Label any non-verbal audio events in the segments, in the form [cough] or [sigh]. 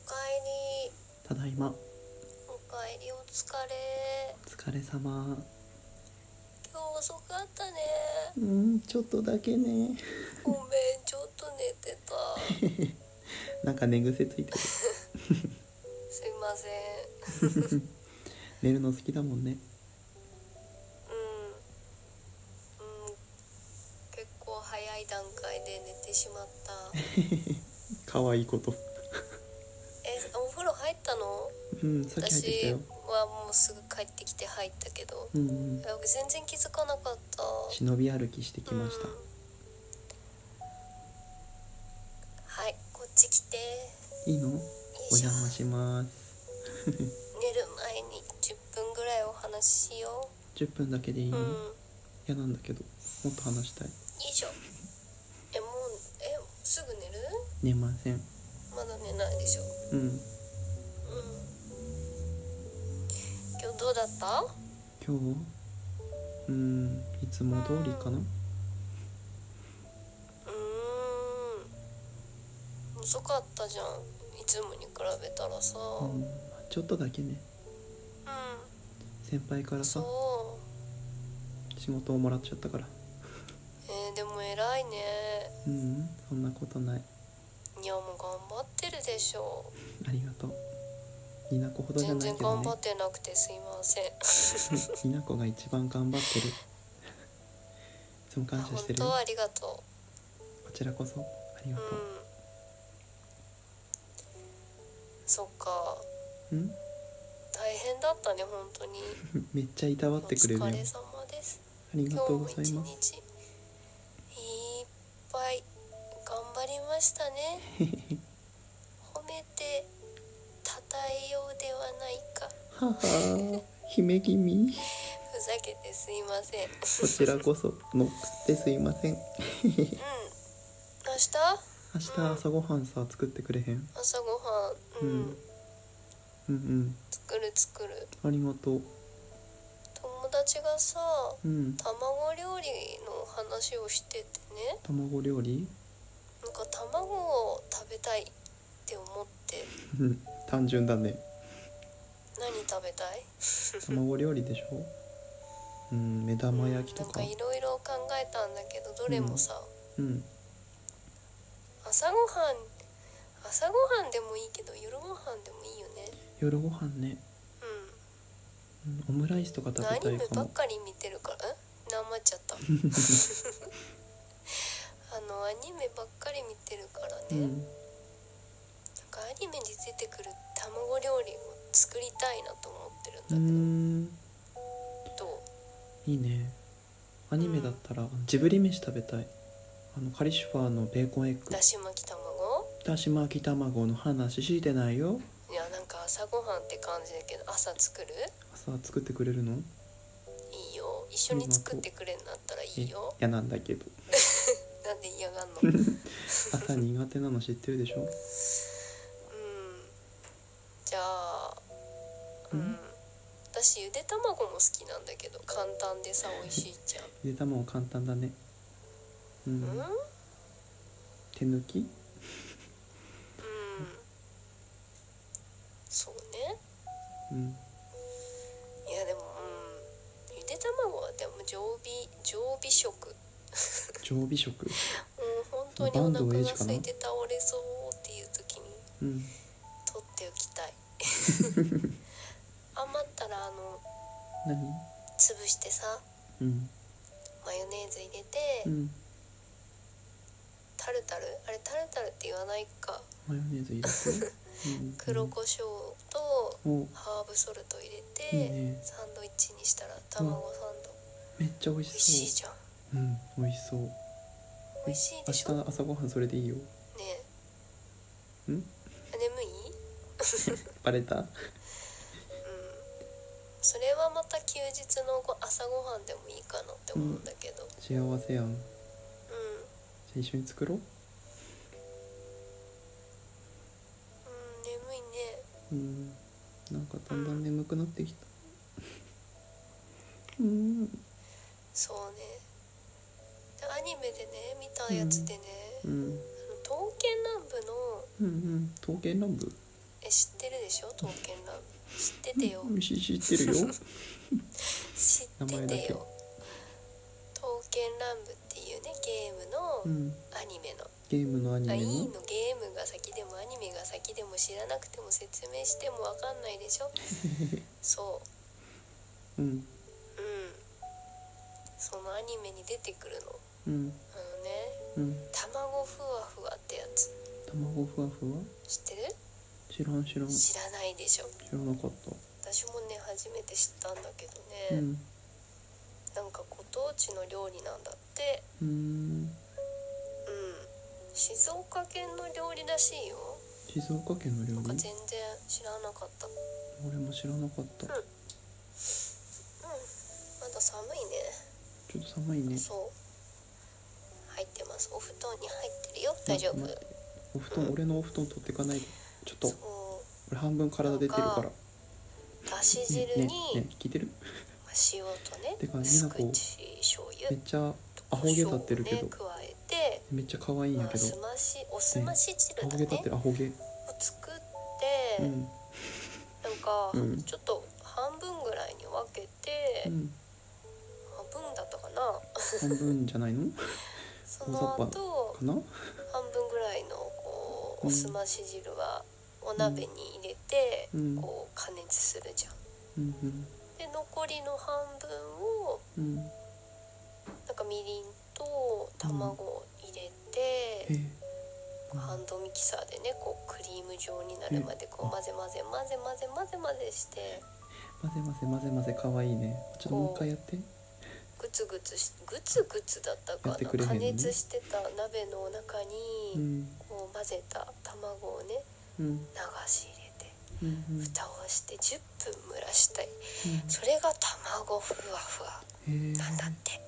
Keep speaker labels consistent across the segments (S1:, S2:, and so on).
S1: に
S2: ただいま
S1: おかえりお疲れ
S2: お疲れ様
S1: 今日遅かったね
S2: うんちょっとだけね
S1: ごめんちょっと寝てた
S2: なんか寝癖ついてる
S1: すいません
S2: 寝るの好きだもんね
S1: うんうん結構早い段階で寝てしまった
S2: [laughs] 可愛いこと
S1: えお風呂入ったの
S2: うんさっき入ってきた
S1: 私
S2: よ
S1: はもうすぐ帰ってきて入ったけど
S2: うんうん
S1: いや全然気づかなかった
S2: 忍び歩きしてきました
S1: うんはいこっち来て
S2: いいのお
S1: よいしょ
S2: 邪魔します
S1: 寝る前に10分ぐらいお話ししよ
S2: 10分だけでいいう
S1: う
S2: の
S1: んよ
S2: 嫌なんだけどもっと話したい
S1: いしょえもうえすぐ寝る
S2: 寝ません
S1: まだ寝ないでしょ
S2: うん
S1: うん今日どうだった
S2: 今日うんいつも通りかな
S1: うーん遅かったじゃんいつもに比べたらさ
S2: う
S1: うん
S2: んちょっとだけね先輩からさ
S1: そ
S2: 仕事をもらっちゃったから
S1: うえーでも偉いね
S2: うんうんそんなことない
S1: いやもう頑張ってるでしょ
S2: ありがとうニナコほどじゃ
S1: 全
S2: ない
S1: 然
S2: けど
S1: 頑
S2: ね
S1: 張ってなくてすいません
S2: [laughs] ニナコが一番頑張ってるいつも感謝
S1: [laughs] 本
S2: してる
S1: 当
S2: よ
S1: ありがと
S2: こちらこそあり
S1: うう
S2: が
S1: ん
S2: と
S1: そっか
S2: ううん
S1: 大変だったね本当に
S2: めっちゃいたわ
S1: お
S2: ってくれるよ
S1: 疲
S2: あ
S1: れ様です
S2: りが
S1: 今
S2: と
S1: 日
S2: う
S1: も
S2: ご
S1: 一
S2: ざいます
S1: 日いっぱい頑張りましたね
S2: [laughs]
S1: 褒めてたたえようではないか
S2: はは姫君
S1: ふざけてすいません
S2: こちらこそ乗ってすいません
S1: うん明日
S2: 明日朝ごはんさ作ってくれへん
S1: 朝ごはん、
S2: う
S1: うん
S2: んうんうん
S1: 作る作る
S2: ありがとう
S1: 友達がさ
S2: うん
S1: 卵料理の話をしててね
S2: 卵料
S1: [laughs]
S2: 理
S1: なんか卵を食べたいって思って
S2: うん単純
S1: [laughs]
S2: だね
S1: 何食べたい
S2: 卵料理でしょうん目玉焼きとか
S1: なんかいろいろ考えたんだけどどれもさ、
S2: うん
S1: 朝ごはん朝ごはんでもいいけど夜ごはんでもいいよね
S2: 夜ご飯ねうんオムライスとか
S1: うん
S2: 食べた
S1: アニ
S2: い
S1: メ
S2: か
S1: ばっ
S2: も
S1: かり見てるからえなまっちゃった
S2: [laughs]
S1: あのアニメばっかり見てるから
S2: う
S1: ね、なん
S2: ん
S1: かアニメに出てくる卵料理を作りたいなと思ってるんだ
S2: う
S1: け
S2: ー
S1: ど、
S2: ん
S1: どう
S2: いいねアニメだったらあのジブリ飯食べたいあのカリシファーのベーコンエッグ
S1: だし巻き卵
S2: だし巻き卵の話しいてないよ
S1: いやなんか朝ごはんって感じだけど朝作る
S2: 朝作ってくれるの
S1: いいよ一緒に作ってくれんなったらい
S2: え
S1: いよ
S2: 嫌なんだ
S1: [laughs]
S2: けど
S1: なんで嫌がんのうん
S2: 朝苦手なの知ってるでしょ
S1: じゃあうんん私ゆで卵も好きなんだけど簡単でさ美味しいじゃん
S2: ゆで卵簡単だねう
S1: うん
S2: ん
S1: うん
S2: 手抜き
S1: そうね
S2: うん
S1: いやでもうんゆで卵はでも常備常備食
S2: 常備食
S1: もう本当にお腹が空いて倒れそうっていう時に
S2: うん
S1: 取っておきた
S2: [laughs]
S1: い余ったらあの
S2: 何
S1: 潰してさ
S2: うん
S1: マヨネーズ入れて、
S2: うん
S1: タルタルあれタルタルって言わないか
S2: マヨネーズ入れ
S1: [laughs]
S2: て、うん、
S1: 黒胡椒と
S2: お
S1: ハーブソルト入れて
S2: いいね
S1: サンドイッチにしたら卵サンド、
S2: めっちゃ美味
S1: 美味
S2: し
S1: しい
S2: そ
S1: じゃん
S2: ううん美味しそう
S1: 美味しいでしょね
S2: 明日朝ごはんそれでいいよ
S1: え
S2: ん
S1: あ眠い
S2: バレた
S1: うんそれはまた休日のご朝ごはんでもいいかなって思うんだけど
S2: 幸せやんじ
S1: うん、うん
S2: ゃあ一緒に作ろう
S1: 眠いね
S2: うんなんかだんだん眠くなってきたうん
S1: そうねでアニメでね見たやつでね、
S2: うん
S1: あの刀剣乱舞の
S2: うんうん刀剣乱舞
S1: え知ってるでしょ刀剣乱舞知っててよ
S2: し知ってるよ
S1: 知
S2: 名前
S1: っ
S2: だ
S1: てて
S2: け
S1: よ刀剣乱舞っていうねゲームの
S2: うん
S1: アニメの、
S2: ゲームのアニ
S1: あい
S2: メ
S1: い
S2: の
S1: のゲームが先でもアニメが先でも知らなくても説明してもわかんないでしょそ
S2: [laughs] うん
S1: ううんそのアニメに出てくるの
S2: うん
S1: あのね
S2: うん
S1: 卵ふわふわってやつ
S2: 卵ふわふわ
S1: 知ってる
S2: 知らん知らん知
S1: 知らないでしょ
S2: らなかった
S1: 私もね初めて知ったんだけど
S2: う
S1: ね、
S2: ん
S1: なんかご当地の料理なんだって
S2: うーん
S1: うん静岡県の料理らしいよ
S2: 静岡県の料
S1: なんか
S2: 理
S1: 全然知らなかったうん
S2: 俺も知らなかった
S1: うんまだ寒いね
S2: ちょっと寒いね
S1: そう入ってますお布団に入ってるよ大丈夫
S2: 待ってお布団俺のお布団取ってかないでちょっと
S1: そ
S2: 俺半分体出てるか
S1: な
S2: ら
S1: うだし
S2: ね
S1: 汁
S2: ね
S1: に、
S2: ね聞いてる
S1: まあ塩とね
S2: てか
S1: 薄
S2: 美奈子
S1: 口醤
S2: め
S1: 油
S2: っちゃアホ毛立ってるけ
S1: 胡椒をね
S2: ど
S1: 加えて
S2: めっちゃ可愛いんや
S1: まあ、
S2: け
S1: す
S2: ど
S1: ましおすまし汁
S2: ア
S1: だ
S2: ホ毛
S1: ね、
S2: 立ってるアホ毛
S1: を作って、
S2: うん
S1: なんか、
S2: うん
S1: ちょっと半分ぐらいに分けて、
S2: うん
S1: 半分だったかな
S2: 半分じゃないの
S1: その後
S2: かな
S1: 半分ぐらいのこう
S2: う
S1: お
S2: ん
S1: すまし汁はお鍋に入れて、
S2: うん
S1: こう加熱するじゃん。
S2: うんうん
S1: で残りの半分を
S2: うん
S1: なんかみりんと卵を入れて。
S2: え
S1: ハンドミキサーでねこうクリーム状になるまでこう混ぜ混ぜ混ぜ混ぜ混ぜ混ぜして
S2: 混ぜ混ぜ混ぜ混ぜ可愛いねちょっともう一回やって
S1: グツグツしグツグツだったかな
S2: やってくれへん
S1: 加
S2: のね
S1: 熱してた鍋の中
S2: う
S1: に
S2: ん
S1: こう混ぜた卵をね
S2: うん
S1: 流し入れて
S2: うんうんうん
S1: 蓋をして10分蒸らしたいそれが卵ふわふわ
S2: え
S1: なんだっ
S2: ー
S1: て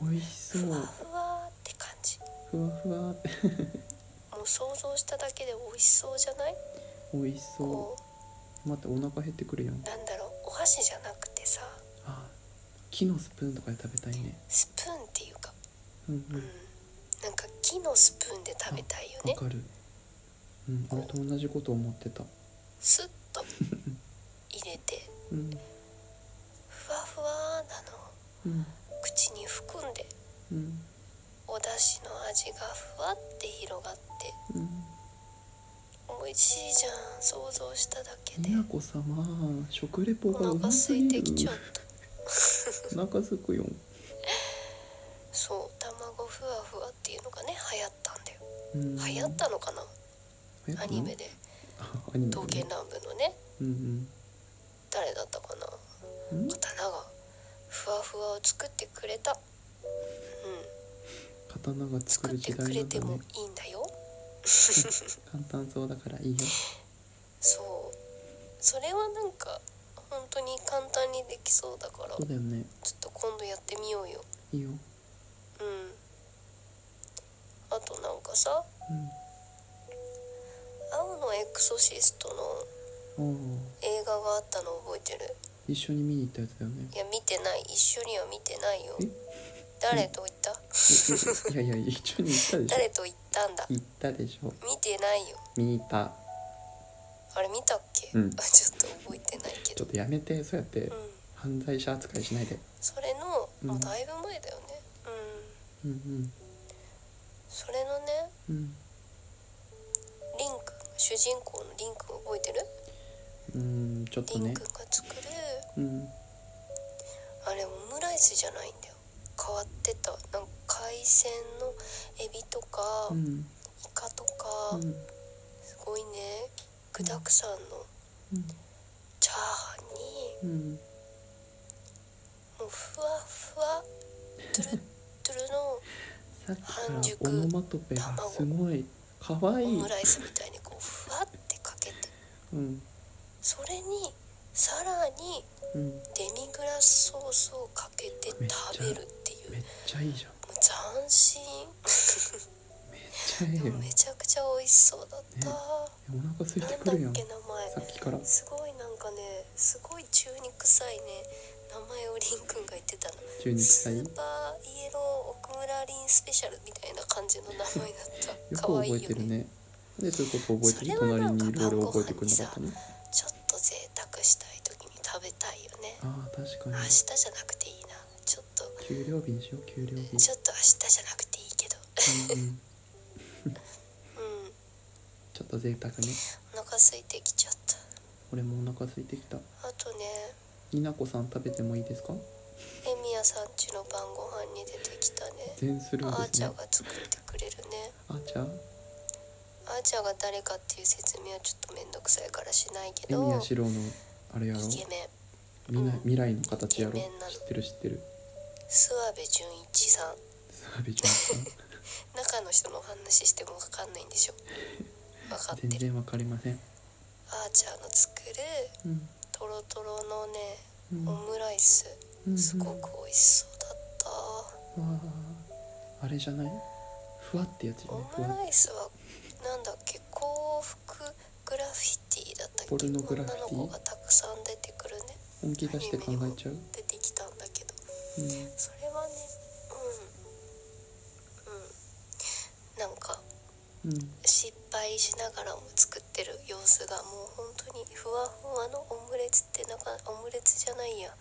S2: 美味しそ
S1: ふわ
S2: う
S1: ふわって感じ
S2: ふわふわって
S1: もう想像しただけで美味しそうじゃない
S2: 美味しそ
S1: こ
S2: う待ってお腹減ってくるやん
S1: うなんだろうお箸じゃなくてさ
S2: あ木のスプーンとかで食べたいね
S1: スプーンっていうか
S2: うん
S1: う
S2: うん
S1: な
S2: ん
S1: んか木のスプーンで食べたいよ
S2: わ
S1: ね
S2: かるうん俺と同じこと思ってた
S1: スッと入れて
S2: うん
S1: ふわふわなの
S2: うん
S1: 口に含んで
S2: うん
S1: お出汁の味がふわって広がって
S2: うん
S1: 美味しいじゃん想像しただけ
S2: 美
S1: で
S2: 奈子様食レポ
S1: お
S2: がう
S1: 腹
S2: ます
S1: 空
S2: ぎ
S1: い
S2: る
S1: てきちゃった
S2: お腹すくよ
S1: そう卵ふわふわっていうのがね流行ったんだよ
S2: うん
S1: 流行ったのかな
S2: 流行った
S1: ア
S2: の
S1: ニメで
S2: あアニメ
S1: 刀剣乱舞のね
S2: うん
S1: 誰だったかな
S2: うんん
S1: 刀がふわふわを作ってくれたうん
S2: 刀が作
S1: 作っ
S2: る
S1: て
S2: 時
S1: く
S2: 代
S1: れ
S2: なん
S1: て
S2: だ
S1: も
S2: ね
S1: いいんだよ
S2: 簡単そうだからいいよ
S1: そうそれはなんか本当に簡単にできそうだから
S2: そうだよね
S1: ちょっと今度やってみようよ
S2: いいよ
S1: うんあとなんかさ「青のエクソシスト」の
S2: うんああ
S1: 映画があったの覚えてる
S2: 一緒に見に行ったやつだよ
S1: [laughs]
S2: ね
S1: いや見てない一緒には見てないよ
S2: え
S1: 誰と行った
S2: ええいやいや一緒に行ったでしょ
S1: 誰と行ったんだ
S2: 行ったでしょ
S1: 見てないよ
S2: 見た
S1: あれ見たっけ、
S2: うん
S1: [laughs] ちょっと覚えてないけ
S2: ちょ
S1: ど
S2: っとやめてそうやって
S1: うん
S2: 犯罪者扱いしないで
S1: それの
S2: うん
S1: もうだいぶ前だよねうん
S2: うん
S1: それのね
S2: うんうん
S1: リンク主人公のリンク覚えてる
S2: うんちょっと
S1: リン
S2: ね
S1: クが作る
S2: うん
S1: あれオムライスじゃないんだよ変わってたなんか海鮮のエビとか、
S2: う
S1: イ
S2: ん
S1: カと
S2: う
S1: か、
S2: ん
S1: すごいね具だくさんの
S2: うん
S1: チャーハンに
S2: うん
S1: もうふわふわトゥルットゥル
S2: さっきから
S1: 半熟
S2: オノマトペがすごいかわい
S1: のオ
S2: い
S1: ムライスみたいにこうふわってかけて
S2: うん
S1: それにさらに
S2: うん
S1: デミグラスソースをかけて食べるっていう
S2: めっちゃいいじゃん
S1: もう斬新
S2: めっちゃいい
S1: で
S2: よ
S1: もめ
S2: ね
S1: ちゃくちゃ美味しそうだった、
S2: ねお腹空いてく
S1: なん
S2: る
S1: だっけ
S2: やんさ
S1: 名
S2: っきから
S1: 前すごいなんかねすごい中肉臭いね名前をりんくんが言ってたの
S2: 中肉
S1: ス
S2: 臭いよ
S1: ーパーイエロー奥村りんスペシャルみたいな感じの名前だった
S2: [laughs] く
S1: 可
S2: 覚
S1: 愛いよ
S2: え
S1: ね
S2: てるねでそういうこと覚えて
S1: それはな
S2: 隣
S1: んか
S2: にいる俺を覚えてくれなかったの
S1: ちょっと贅沢したい時に食べたいよね
S2: ああ確か
S1: 明
S2: に
S1: 日じゃなくていいなちょっと
S2: 給料日にしよう給料日
S1: ちょっと明日じゃなくていいけど [laughs]
S2: うんうん
S1: うん
S2: ちょっと贅沢ね
S1: お腹空いてきちゃっ
S2: 俺もお腹空いてきた
S1: たあとね
S2: になこさん食べてもいいですか
S1: エミヤさん家の晩ご飯に出てきたね
S2: 全するん
S1: あー
S2: です
S1: ちゃ
S2: ね
S1: んが作ってくれるね
S2: あーちゃん
S1: あーちゃんが誰かっていう説明はちょっとめんどくさいからしないけ
S2: エミ
S1: ど
S2: ヤシロのあれやろ
S1: イケメン
S2: 未来
S1: うん
S2: 未来の形やろ
S1: イケメンなの
S2: 知ってる知ってる
S1: 諏訪部純一さん
S2: 澤部ちゃんさん
S1: [laughs] 中の人のお話してもわかんないんでしょ分かって
S2: 全
S1: る
S2: 然わかりません
S1: あーちゃんの作る
S2: うん
S1: とろとろのね
S2: うん
S1: オムライス
S2: うん
S1: すごく美味しそうだった
S2: うんわああれじゃないふわってやつじゃ
S1: オ
S2: ない
S1: ム
S2: ふわ
S1: ライスはなんだっけ幸福グラフィティだったっけ
S2: ポル
S1: 女
S2: ノ
S1: の
S2: グラフィティ
S1: 子がたくさん出てくるね
S2: 本気出して考えちゃう、
S1: 出てきたんだけど
S2: うん
S1: それはねうんうんなんか
S2: うん
S1: 失敗しながらも作ってる様子がもう本当にふわふわのオムレツってなかオムレツじゃないや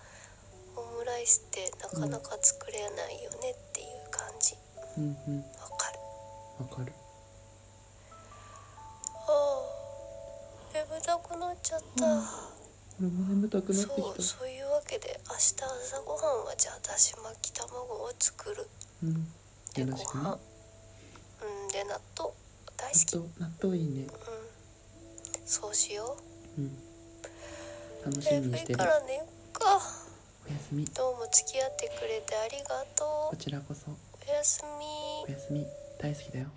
S1: オムライスってなかなか作れないよねっていう感じ
S2: うんうん
S1: わかる
S2: わかる
S1: ああ眠たくなっちゃった、
S2: うん俺も眠たくなってき
S1: そ
S2: た
S1: うそういうわけで明日朝ごはんはじゃあだし巻き卵を作る
S2: うんよ
S1: でご
S2: ろしく
S1: 飯
S2: ね納
S1: うんで納豆大好き
S2: 豆納豆いいね
S1: うんそうしよう
S2: うん楽しみ
S1: 眠
S2: にし
S1: い
S2: てる
S1: から寝ようか
S2: おやすみ
S1: どうも付き合ってくれてありがと
S2: こ
S1: う
S2: ちらこそ
S1: おやすみ
S2: おやすみ大好きだよ